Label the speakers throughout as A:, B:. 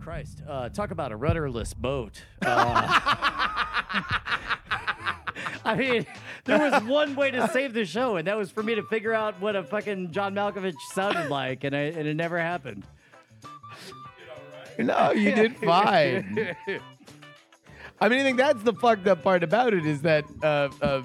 A: Christ, uh, talk about a rudderless boat. Uh, I mean, there was one way to save the show, and that was for me to figure out what a fucking John Malkovich sounded like, and, I, and it never happened.
B: No, you did fine. I mean, I think that's the fucked up part about it is that uh, uh,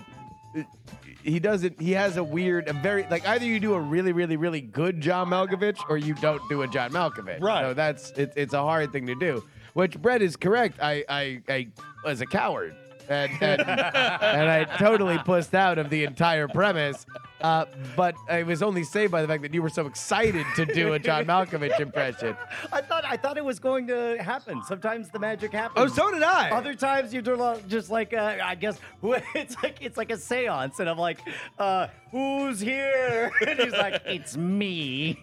B: he doesn't. He has a weird, a very like either you do a really, really, really good John Malkovich or you don't do a John Malkovich.
C: Right.
B: So that's it's it's a hard thing to do. Which Brett is correct. I I, I was a coward. And, and, and I totally pussed out of the entire premise. Uh, but I was only saved by the fact that you were so excited to do a John Malkovich impression.
A: I thought I thought it was going to happen. Sometimes the magic happens.
C: Oh, so did I.
A: Other times you do lo- just like uh, I guess it's like it's like a séance, and I'm like, uh, "Who's here?" And he's like, "It's me,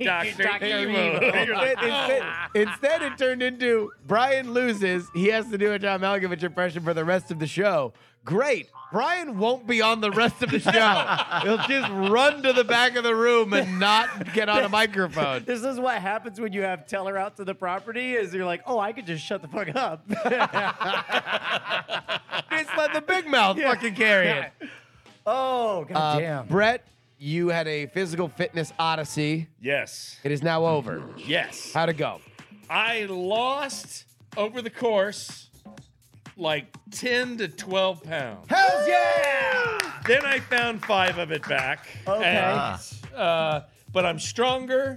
D: Dr. Evil.
A: Evil.
B: instead, instead,
D: "Oh."
B: instead, it turned into Brian loses. He has to do a John Malkovich impression for the rest of the show. Great. Brian won't be on the rest of the show. He'll just run to the back of the room and not get on a microphone.
A: This is what happens when you have teller out to the property. Is you're like, "Oh, I could just shut the fuck up."
B: Just let the big mouth fucking carry it.
A: oh
B: Uh,
A: goddamn!
B: Brett, you had a physical fitness odyssey.
D: Yes.
B: It is now over.
D: Yes.
B: How'd it go?
D: I lost over the course like 10 to 12 pounds.
B: Hells yeah!
D: Then I found five of it back.
A: Okay. Ah.
D: And, uh, but I'm stronger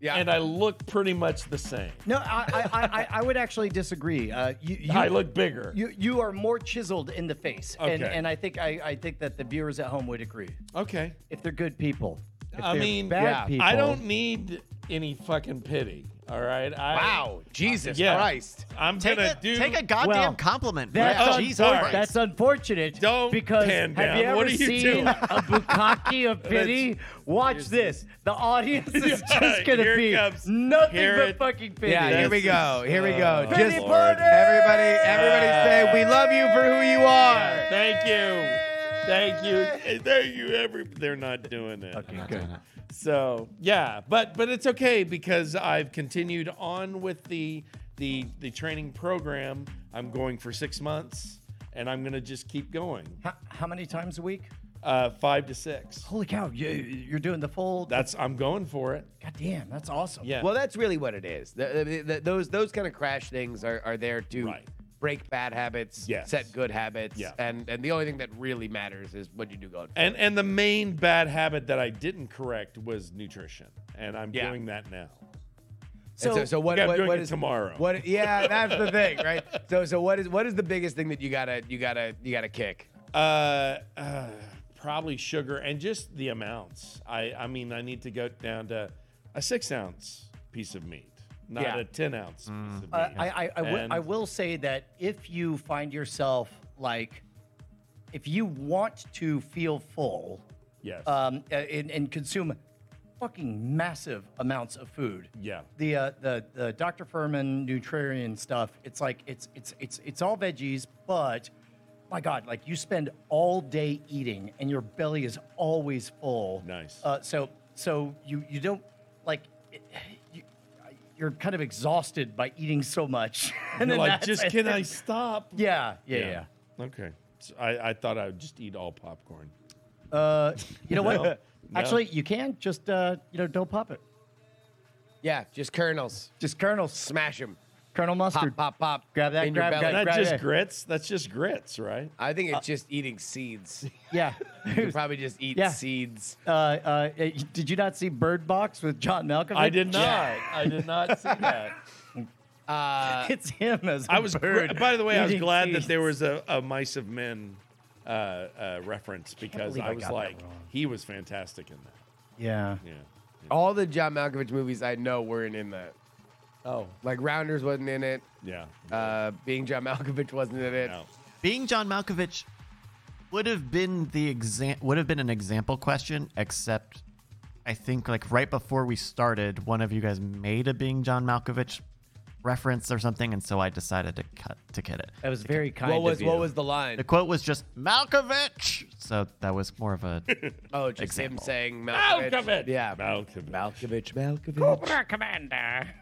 B: Yeah.
D: and I look pretty much the same.
C: no, I,
A: I, I, I- I would actually disagree. Uh, you, you,
D: I look bigger.
A: you, you are more chiseled in the face, and,
D: Okay.
A: and I think I, I think that the viewers at home would agree
D: okay.
A: if they're good people. If
D: I
A: they're
D: mean,
A: bad
B: yeah, I
A: people.
D: I don't need any fucking pity. All right. I,
B: wow. Jesus
D: Yeah.
B: Christ.
D: I'm
E: Take
D: gonna
E: a,
D: do.
E: take a goddamn
A: Well,
E: compliment.
A: That's,
E: Brett.
D: Yeah.
A: un-
E: Jesus
D: sorry.
E: Christ.
A: that's unfortunate.
D: Don't
A: because
D: pan
A: have you
D: down.
A: ever
D: What are you
A: seen
D: doing?
A: a bukkake of pity? Watch this. The audience is
D: Yeah,
A: just gonna
D: here it
A: be
D: comes.
A: nothing
D: Here
A: but
D: it-
A: fucking pity.
B: Yeah, here
D: This
B: we go.
D: is-
B: Here we
D: uh,
B: go.
D: Pretty
B: Just
D: Lord.
B: everybody, everybody say we love you for who you are.
D: Thank you. Thank you. Thank you. Every they're not doing it. Okay, good. So yeah, but but it's okay because I've continued on with the the the training program. I'm going for six months, and I'm gonna just keep going,
A: How, how many times a week?
D: uh, five to six.
A: Holy cow! You, you're doing the full.
D: That's I'm going for it.
A: God damn, that's awesome.
D: Yeah.
B: Well, that's really what it is. Th- th- th- those those kind of crash things are, are there to
D: Right.
B: break bad habits,
D: Yes.
B: set good habits,
D: Yeah.
B: and and the only thing that really matters is what you do going.
D: and and the main bad habit that I didn't correct was nutrition, and I'm
B: Yeah.
D: doing that now.
B: So, so, what,
D: Yeah, I'm
B: what,
D: doing
B: what
D: it
B: is
D: tomorrow.
B: What? Yeah, that's the thing, right? So so what is what is the biggest thing that you gotta you gotta you gotta kick?
D: Uh, uh, probably sugar and just the amounts. I, I mean, I need to go down to a six ounce piece of meat, not
B: Yeah.
D: a 10 ounce piece of meat.
A: I I, I, I, w-
D: And-
A: I will say that if you find yourself like, if you want to feel full,
D: Yes.
A: um, a- and, and consume fucking massive amounts of food.
D: Yeah.
A: The uh, the the Dr. Furman Nutrarian stuff. It's like it's it's it's it's all veggies, but my God, like you spend all day eating, and your belly is always full.
D: Nice.
A: Uh, so so you you don't like. It, you, you're kind of exhausted by eating so much. and
D: You're
A: then
D: like,
A: that's-
D: just can I stop?
A: Yeah, yeah, yeah.
D: Okay. So I, I thought I would just eat all popcorn.
A: Uh, you know what?
D: No, no.
A: Actually, you can just uh, you know don't pop it.
B: Yeah, just kernels,
A: Just Colonel Sm-
B: smash them,
A: Colonel
B: pop
A: Mustard.
B: pop pop.
A: Grab that,
B: in
A: grab
B: your belly.
A: that,
D: That's
A: grab
D: just
A: it.
D: grits. That's just grits, right?
B: I think it's just eating seeds.
A: Yeah.
B: You probably just eat
A: Yeah.
B: seeds.
A: uh, uh, did you not see Bird Box with John Malkovich?
D: I did not.
B: Yeah.
D: I did not see that.
A: It's him as a
D: I was. gr-
A: bird.
D: By the way, I was
A: eating
D: glad
A: seeds.
D: that there was a, a mice of men uh, uh, reference because
A: believe
D: I
A: I
D: was
A: got that
D: like,
A: wrong.
D: he was fantastic in that.
A: Yeah.
D: Yeah.
B: All the John Malkovich movies I know weren't in that.
D: Oh.
B: Like Rounders wasn't in it.
D: Yeah.
B: Uh, being John Malkovich wasn't in it.
D: No.
E: Being John Malkovich would have been the exam would have been an example question, except I think like right before we started, one of you guys made a Being John Malkovich reference or something, and so I decided to cut to get it.
A: That was very kind
B: What was
A: of you.
B: what was the line?
E: The quote was just Malkovich, so that was more of a
B: oh, just him
E: example.
B: saying Malkovich.
D: Malkovich.
B: Yeah,
D: Malkovich.
B: Malkovich, Malkovich.
F: Commander.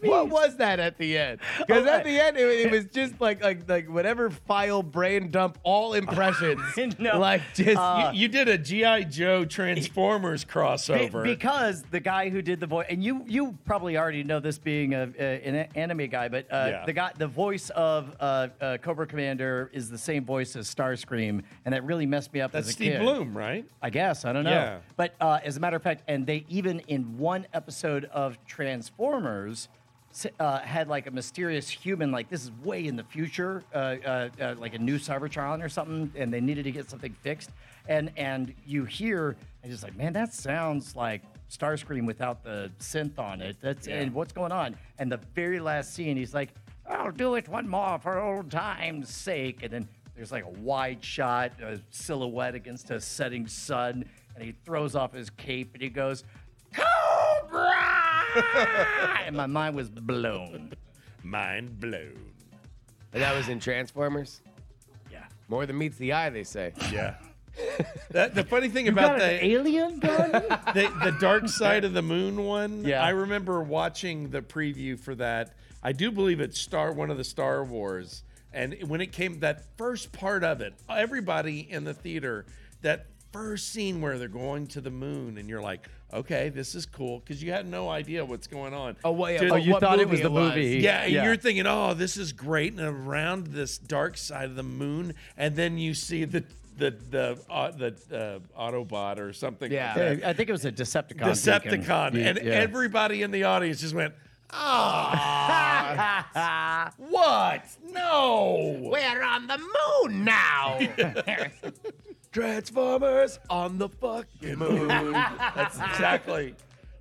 A: piece.
B: What was that at the end? Because
A: Okay.
B: at the end it, it was just like like like whatever file brain dump all impressions.
A: No.
B: Like just
D: You, you did a GI Joe Transformers
A: Be-
D: crossover.
A: because the guy who did the voice, and you you probably already know this being a, a- an anime guy, but uh,
D: Yeah.
A: the guy, the voice of uh, uh, Cobra Commander is the same voice as Starscream, and that really messed me up
D: that's
A: as a
D: Steve
A: kid.
D: Bloom, right?
A: I guess I don't know,
D: Yeah.
A: but uh, as a matter of fact, and they even in one episode of Transformers. s- Uh, had like a mysterious human, like this is way in the future, uh, uh, uh, like a new Cybertron or something, and they needed to get something fixed. And and you hear, and just like, man, that sounds like Starscream without the synth on it. That's and what's going on? And the very last scene, he's like, I'll do it one more for old time's sake. And then there's like a wide shot, a silhouette against a setting sun, and he throws off his cape and he goes, Cobra! and my mind was blown.
D: Mind blown.
B: And that was in Transformers.
A: Yeah.
B: More than meets the eye, they say.
D: Yeah. That, the funny thing
A: Got
D: about
A: an
D: the,
A: alien gun?
D: the the Dark Side of the Moon one,
A: Yeah.
D: I remember watching the preview for that. I do believe it's Star one of the Star Wars, and when it came that first part of it, everybody in the theater that first scene where they're going to the moon, and you're like, okay, this is cool because you had no idea what's going on.
B: Oh, well, yeah,
D: To-
B: oh,
D: you
B: you
A: you
B: What
A: thought it was
B: movie
A: the
B: it was.
A: movie.
D: yeah, and you're thinking, oh, this is great, and around this dark side of the moon, and then you see the the the uh, the uh, Autobot or something.
B: Yeah.
D: like that.
A: Yeah, I think it was a Decepticon. Deacon.
D: Decepticon, and
A: yeah.
D: everybody in the audience just went, ah, what? No,
B: We're on the moon now. Transformers on the fucking moon.
D: that's exactly,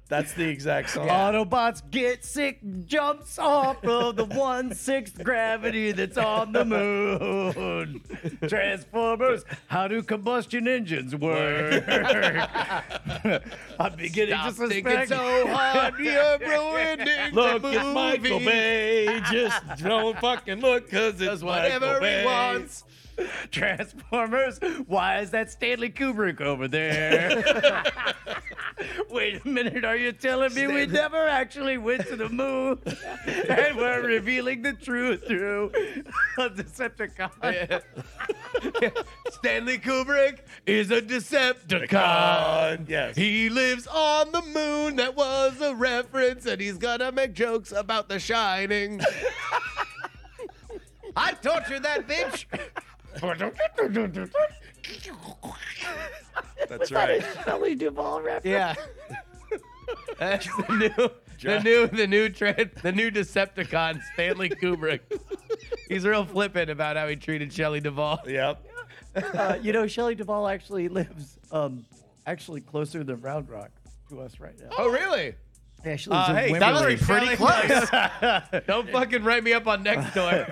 D: that's the exact song.
A: Autobots get sick, jumps off of the one sixth gravity that's on the moon. Transformers, how do combustion engines work? I'm beginning
B: Stop
A: to
B: thinking
A: suspect.
B: so hard, you're ruining
D: Oh, Look
B: the
D: at Michael
B: movie.
D: Bay, just don't fucking look, cause it's
B: Does whatever
D: Michael Bay.
B: he wants.
A: Transformers, why is that Stanley Kubrick over there? Wait a minute, are you telling me we never actually went to the moon? and we're revealing the truth through a Decepticon.
B: Stanley Kubrick is a Decepticon.
D: God, yes.
B: He lives on the moon. That was a reference, and he's gonna make jokes about The Shining. I tortured that bitch.
D: That's right.
A: Shelley Duvall reference.
B: Yeah. That's the new, the new, the new trend, the new Decepticon, Stanley Kubrick. He's real flippant about how he treated Shelley Duvall.
D: Yep.
A: Uh, you know, Shelley Duvall actually lives um, actually closer than Round Rock to us right now.
B: Oh, really?
A: Yeah, she lives
B: Uh,
A: in
B: hey,
A: Wimberley.
B: Valerie
E: Pretty
B: Shelley-
E: close.
B: Don't fucking write me up on next door.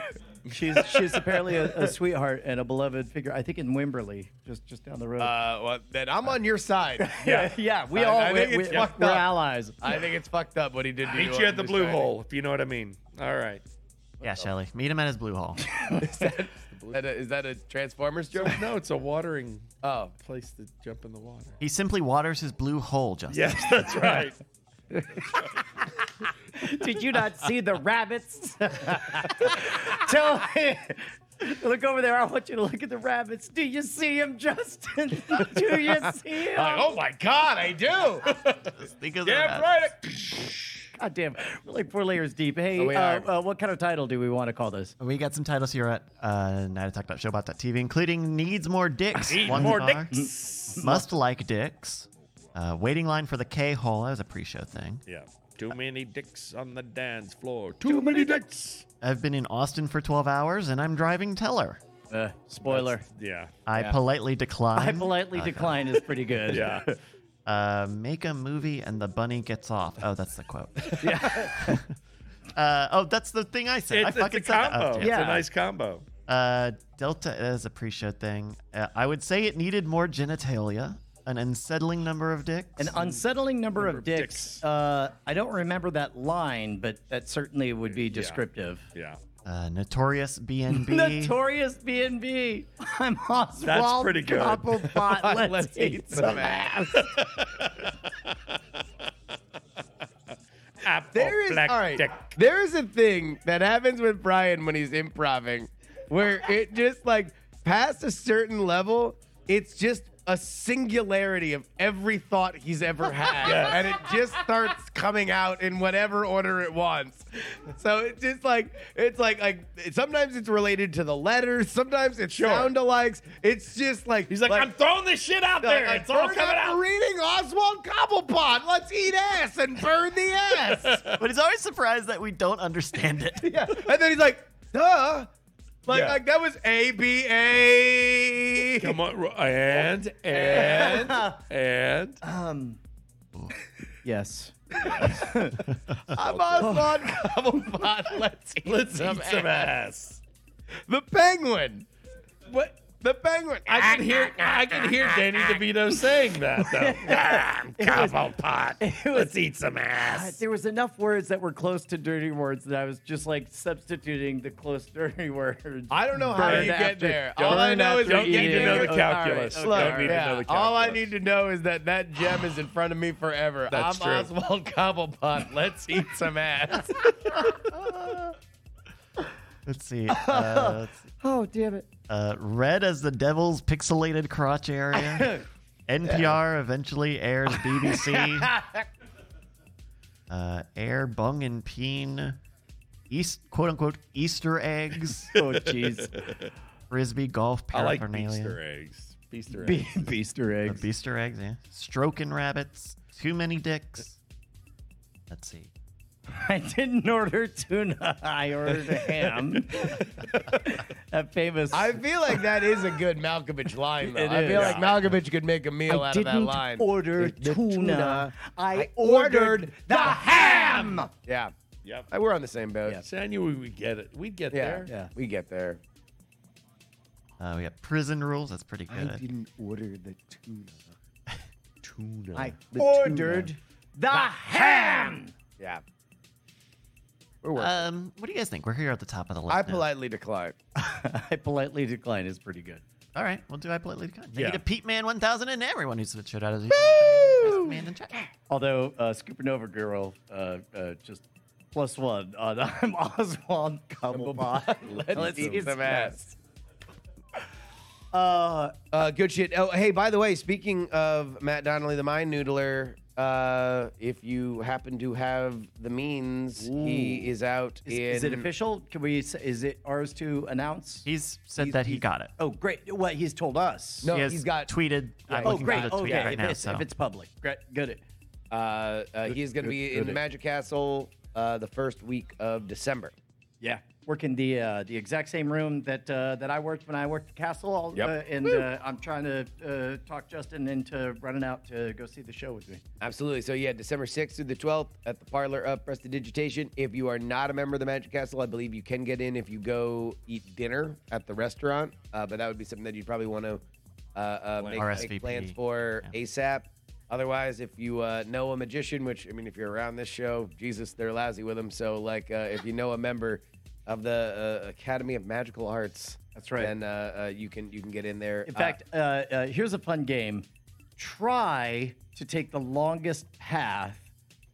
A: She's she's apparently a, a sweetheart and a beloved figure. I think in Wimberley, just just down the road.
B: Uh, well, then I'm on your side.
A: yeah, yeah, we
B: I-
A: all
B: I
A: we,
B: think
A: we,
B: it's fucked
A: we're
B: up.
A: allies.
B: I think it's fucked up what he did to
D: Meet you at the blue hole, if you know what I mean. All right.
E: yeah, Shelly. Meet him at his blue hole.
B: Is that, is that a, is that a Transformers joke?
D: No, it's a watering
B: Oh,
D: place to jump in the water.
E: He simply waters his blue hole, Justin.
D: Yes, that's right.
A: Did you not see the rabbits? Tell me. Look over there. I want you to look at the rabbits. Do you see him, Justin? Do you see him?
B: Like, oh my god, I do.
E: Think of
D: Yeah,
E: that.
D: right.
A: God damn, we're like four layers deep. Hey,
B: Oh, we
A: uh,
B: are.
A: uh, what kind of title do we want to call this?
E: We got some titles here at uh, nightattack.showbot.tv, including Needs More Dicks.
D: Need
E: one
D: more
E: of our- Must Like Dicks. Uh, waiting Line for the K-Hole. That was a pre-show thing.
D: Yeah. Too many dicks on the dance floor. Too, many dicks.
E: I've been in Austin for 12 hours, and I'm driving teller.
A: Uh, spoiler.
D: Yeah.
E: I politely decline.
A: I politely decline is pretty good.
D: Yeah.
E: uh, make a movie and the bunny gets off. Oh, that's the quote. yeah. uh, oh, that's the thing I said. I
D: It's, it's
E: fucking
D: a
E: said that.
D: combo.
E: Oh,
D: It's
E: damn.
A: Yeah.
D: a nice combo.
E: Uh, Delta is a pre-show thing. Uh, I would say it needed more genitalia, an unsettling number of dicks.
A: An unsettling number, of
D: of
A: dicks.
D: dicks.
A: Uh, I don't remember that line, but that certainly would be descriptive.
D: Yeah.
E: uh, notorious BNB.
A: Notorious B and B. I'm Oswald.
D: pretty good.
A: Cobblepot. Let's, eat some ass.
D: Apple
B: There is
D: black
B: all right.
D: dick.
B: There is a thing that happens with Brian when he's improving, where it just like past a certain level, it's just a singularity of every thought he's ever had, and it just starts coming out in whatever order it wants. So it's just like it's like like sometimes it's related to the letters, sometimes it's
D: Sure.
B: sound alikes. It's just like
D: He's like, I'm throwing this shit out
B: like,
D: there.
B: like,
D: it's all
B: burn
D: coming
B: up
D: out.
B: the Reading Oswald Cobblepot. Let's eat ass and burn the ass.
E: But he's always surprised that we don't understand it.
B: Yeah. And then he's like, duh. Like,
D: Yeah.
B: like that was A B A.
D: Come on, ro- and and and
A: Um, yes.
B: I'm Oswald Cobblepot. Let's eat
D: let's
B: some
D: eat some
B: ass.
D: ass.
B: The penguin.
D: What?
B: The penguin.
D: I can hear I can hear Danny DeVito saying that though. Combo pot. Let's eat some
A: Uh,
D: ass.
A: there was enough words that were close to dirty words that I was just like substituting the close dirty words.
B: I don't know how
A: Burn
B: you get
A: after-
B: there. All I
A: burn
B: know is
A: after
D: Don't need to
A: eating.
D: know the
A: Oh, all right,
D: calculus.
A: okay,
D: Don't
A: all
B: Look,
A: right.
D: need to
B: yeah,
D: know the
B: all I
D: calculus.
B: need to know is that that gem is in front of me forever.
D: That's
B: I'm
D: true.
B: Oswald Cobblepot. Let's eat some ass.
E: Let's see. Uh, let's see.
A: Oh damn it!
E: Uh, red as the devil's pixelated crotch area. NPR eventually airs BBC. uh, air bung and peen. East quote unquote Easter eggs.
A: Oh jeez.
E: Frisbee golf
D: I like
E: paraphernalia.
D: Easter eggs. Easter eggs.
A: Be- Beaster
E: Uh,
A: eggs.
E: Easter eggs, yeah. Stroking rabbits. Too many dicks. Let's see.
A: I didn't order tuna. I ordered a ham. that famous.
B: I feel like that is a good Malkovich line, though.
A: It
B: I feel
A: is.
B: like Malkovich could make a meal
A: I
B: out of that
A: didn't
B: line.
A: order
B: The
A: tuna.
B: I
A: I
B: ordered
A: ordered the
B: the ham. Yeah.
D: Yep.
B: Uh, We're on the same boat.
A: Yes.
D: See, I knew we would get it. We'd get
B: Yeah.
D: there.
A: Yeah.
B: We get there.
E: Uh, we got prison rules. That's pretty good.
C: didn't order the tuna. Tuna.
A: I
C: The
A: ordered the ham.
B: Yeah. We're working.
E: Um, what do you guys think? We're here at the top of the list.
B: I
E: now.
B: politely decline.
A: I politely decline. Is pretty good.
E: All right, we'll do I politely decline. Thank
D: Yeah.
E: you to Pete Man One Thousand and everyone who's shit out of you. Man in chat.
A: Although uh, Scoopernova Girl uh, uh, just plus one on I'm Oswald Cobblepot.
B: Let's eat
A: his
B: some ass.
A: Uh,
B: Uh, good shit. Oh, hey, by the way, speaking of Matt Donnelly, the mind noodler, uh, if you happen to have the means, he
A: Ooh.
B: is out
A: is,
B: in.
A: is it official? Can we? s- Is it ours to announce?
E: He's said that he got it.
A: oh, great! What he's told us.
B: No,
E: he has
B: he's got.
E: tweeted. I'm
A: Oh,
E: looking
A: great!
E: for the
A: Oh,
E: tweet
A: yeah.
E: right
A: if,
E: now.
A: it's,
E: so.
A: if it's public, great. Good.
B: Uh, uh, he's going to be in
A: good.
B: Magic Castle uh, the first week of December.
A: Yeah, working the uh, the exact same room that uh, that I worked when I worked at Castle, I'll-
B: Yep.
A: uh, and uh, I'm trying to uh, talk Justin into running out to go see the show with me.
B: Absolutely. So yeah, December 6th through the 12th at the Parlor of Prestidigitation. If you are not a member of the Magic Castle, I believe you can get in if you go eat dinner at the restaurant. Uh, but that would be something that you'd probably want to uh, uh, make,
E: RSVP.
B: make plans for ASAP. Otherwise, if you uh, know a magician, which I mean, if you're around this show, Jesus, they're lousy with them. So like, uh, if you know a member of the uh, Academy of Magical Arts,
A: That's right.
B: Then uh, uh, you can you can get in there.
A: In
B: Uh,
A: fact, uh, uh, here's a fun game: try to take the longest path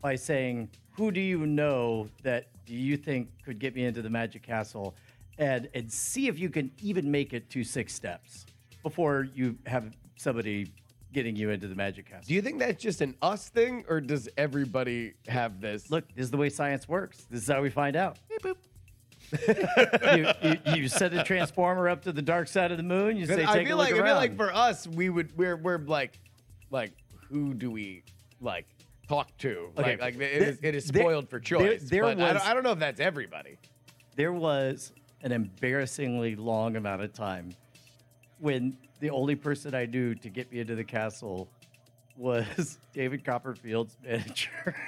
A: by saying, "Who do you know that do you think could get me into the Magic Castle?" and and see if you can even make it to six steps before you have somebody getting you into the Magic Castle.
B: do you think that's just an us thing, or does everybody have this?
A: Look, this is the way science works. This is how we find out. you, you, you send a transformer up to the dark side of the moon. You say,
B: I
A: "Take
B: feel
A: a look
B: like
A: around."
B: I feel like for us, we would we're we're like like who do we like talk to?
A: Okay.
B: Like, like it is it is
A: There-
B: spoiled for
A: there-
B: choice.
A: there
B: but
A: was-
B: I, don't, I don't know if that's everybody.
A: there was an embarrassingly long amount of time when the only person I knew to get me into the castle was David Copperfield's manager.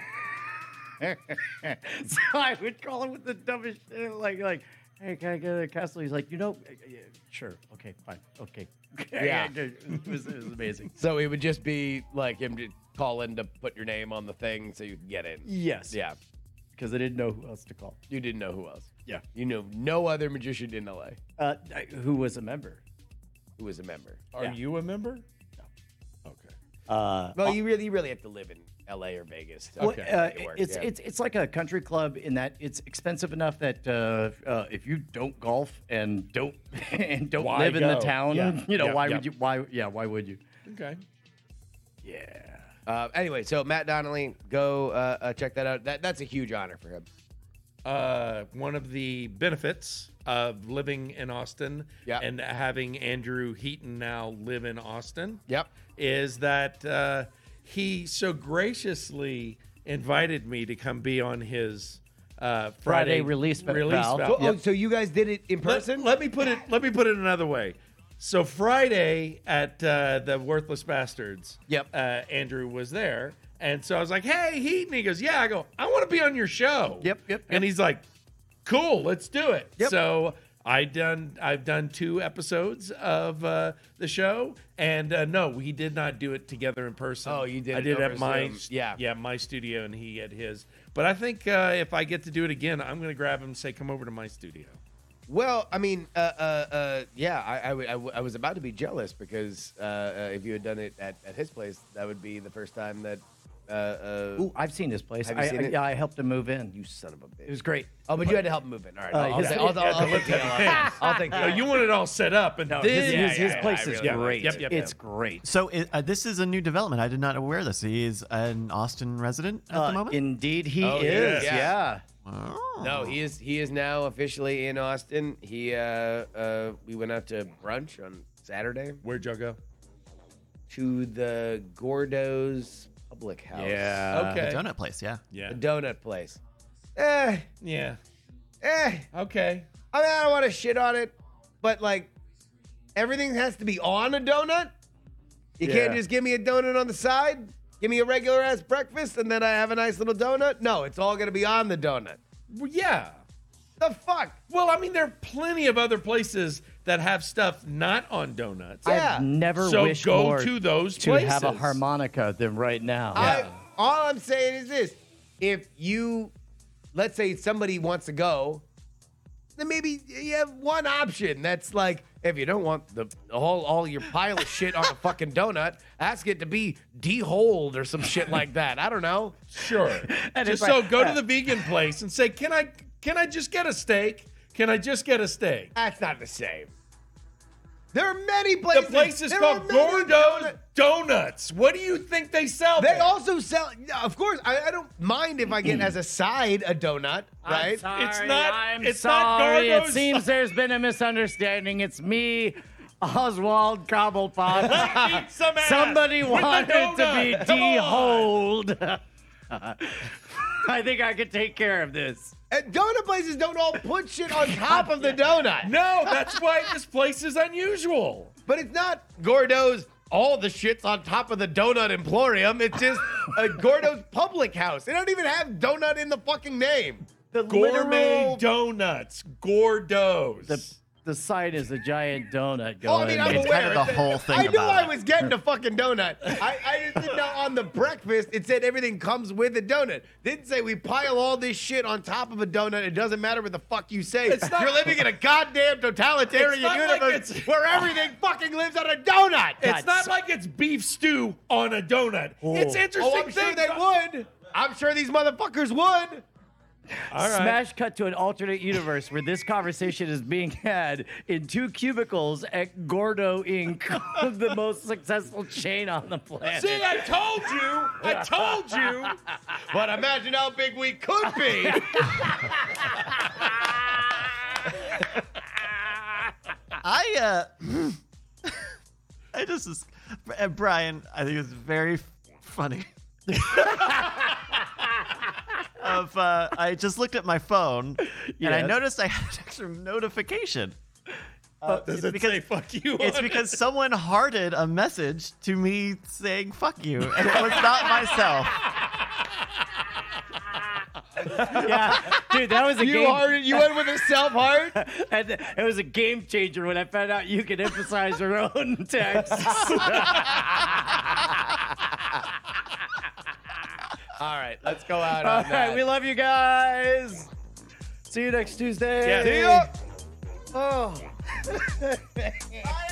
A: so I would call him with the dumbest shit, like, like, hey, can I get to the castle? He's like, you know, uh, yeah, sure, okay, fine, okay.
B: Yeah.
A: it, was, it was amazing.
B: So it would just be like him to call in to put your name on the thing so you can get in.
A: Yes.
B: Yeah,
A: Because I didn't know who else to call.
B: you didn't know who else.
A: Yeah.
B: You knew no other magician in LA
A: Uh, I- who was a member?
B: who was a member.
D: Are
A: Yeah.
D: you a member? No. Okay.
A: Uh,
B: Well, you really you really have to live in L.A. or Vegas. to
A: Well,
B: make
A: uh,
B: it work.
A: it's
B: Yeah.
A: it's it's like a country club in that it's expensive enough that uh, uh, if you don't golf and don't and don't
D: Why
A: live in
D: go?
A: the town,
D: Yeah.
A: you know
D: Yeah.
A: why
D: Yeah.
A: would you? Why yeah? Why would you?
D: Okay.
B: Uh, anyway, so Matt Donnelly, go uh, uh, check that out. That that's a huge honor for him.
D: uh, one of the benefits of living in Austin
B: Yeah.
D: and having Andrew Heaton now live in Austin
B: Yep.
D: is that uh, he so graciously invited me to come be on his uh, Friday,
A: Friday release ba-
D: release
A: valve.
D: valve.
B: So, oh, so you guys did it in
D: Let-
B: person?
D: Let, me put it. Let me put it another way. So Friday at uh, the Worthless Bastards.
B: Yep.
D: Uh, Andrew was there, and so I was like, "Hey, Heat," and he goes, "Yeah." I go, "I want to be on your show."
A: Yep, yep, yep.
D: And he's like, "Cool, let's do it."
B: Yep.
D: So. I done. I've done two episodes of uh, the show, and uh, no, we did not do it together in person.
B: Oh, you did
D: I
B: it
D: did it
B: over
D: at my
B: Zoom. Yeah.
D: yeah, my studio, and he at his. But I think uh, if I get to do it again, I'm going to grab him and say, "Come over to my studio."
B: Well, I mean, uh, uh, uh, yeah, I, I w- I w- I was about to be jealous because uh, uh, if you had done it at, at his place, that would be the first time that. Uh, uh,
A: Ooh, I've seen this place.
B: Have you
A: I,
B: seen
A: I-
B: it?
A: Yeah, I helped him move in.
B: you son of a bitch.
A: it was great.
B: oh, but you had to help him move in. All right.
A: Uh,
B: I'll, I'll,
A: his-
B: say- I'll, I'll, I'll, take the honor. I'll take the
D: No,
B: honor.
D: you want it all set up, and
A: No,
D: then
A: his, his, his place
B: I
A: is
B: really-
A: great.
D: Yep, yep,
A: it's
D: yep.
A: great.
E: So i uh, this is a new development. I did not aware this. He is an Austin resident at the
A: Uh,
E: moment.
A: indeed, he
B: Oh, he
A: is.
B: is,
A: Yeah.
B: yeah.
E: Oh.
B: No, he is he is now officially in Austin. He uh, uh, we went out to brunch on Saturday
D: Where'd y'all go?
B: to the Gordo's Public House.
D: okay.
E: donut place. Yeah.
D: Yeah.
B: the donut place. Eh,
D: Yeah.
B: eh.
D: Okay.
B: I mean, I don't want to shit on it, but like everything has to be on a donut. You can't
A: Yeah.
B: just give me a donut on the side, give me a regular ass breakfast, and then I have a nice little donut. No, it's all gonna be on the donut.
D: Well, yeah.
B: The fuck?
D: Well, I mean, there are plenty of other places that have stuff not on donuts.
B: Yeah.
A: I've never
D: So
A: wished
D: go
A: more
D: to those
A: to have a
D: places.
A: harmonica than right now.
B: I, all I'm saying is this: if you, let's say somebody wants to go, then maybe you have one option. That's like if you don't want the all all your pile of shit on a fucking donut, ask it to be deholed or some shit like that. I don't know.
D: Sure.
A: it's
D: just so
A: like-
D: go to the vegan place and say, "Can I? Can I just get a steak? Can I just get a steak?"
B: That's not the same. There are many
D: The
B: places.
D: place is
B: there
D: called
B: are many
D: Gordo's
B: donut-
D: Donuts. What do you think they sell?
B: They
D: there?
B: also sell. Of course, I, I don't mind if I get as a side a donut, right?
D: It's not- it's not Gargoyle's-
A: It seems there's been a misunderstanding. It's me, Oswald Cobblepot.
D: Eat some ass
A: Somebody
D: with the
A: wanted to
D: donut.
A: be
D: Come on.
A: de-holed. I think I could take care of this.
B: And donut places don't all put shit on top of the donut.
D: No, that's why this place is unusual.
B: But it's not Gordo's all the shit's on top of the donut emporium. It's just a Gordo's public house. They don't even have donut in the fucking name.
A: The
D: Gourmet
A: literal-
D: donuts, Gordos.
A: the, the side is a giant donut
B: Oh,
A: going.
B: I mean, I'm
E: It's
B: aware.
E: kind of the whole thing
B: I knew
E: about
B: I
E: it.
B: was getting a fucking donut. I, I just didn't know on the breakfast it said everything comes with a donut. Didn't say we pile all this shit on top of a donut. It doesn't matter what the fuck you say.
D: It's not-
B: You're living in a goddamn totalitarian
D: It's not like
B: universe
D: it's-
B: where everything fucking lives on a donut.
D: it's not like it's beef stew on a donut. It's interesting
B: Oh, I'm sure
D: things.
B: they would. I'm sure these motherfuckers would.
D: All right.
A: Smash cut to an alternate universe where this conversation is being had in two cubicles at Gordo Inc., the most successful chain on the planet.
D: See, I told you. I told you.
B: But imagine how big we could be.
E: I uh, I just is, uh, Brian. I think it's very f- funny. of uh, I just looked at my phone and I
A: Yes.
E: noticed I had an extra notification. Uh,
D: Does it say fuck you?
E: It's
D: on it?
E: because someone hearted a message to me saying "fuck you," and it was not myself.
A: yeah, dude, that was a
B: you
A: game.
B: are. You went with a self heart.
A: and it was a game changer when I found out you could emphasize your own text.
B: All right, let's go out
A: All
B: on
A: right,
B: that.
A: we love you guys. See you next Tuesday.
D: Yeah.
B: See ya. Oh.
E: I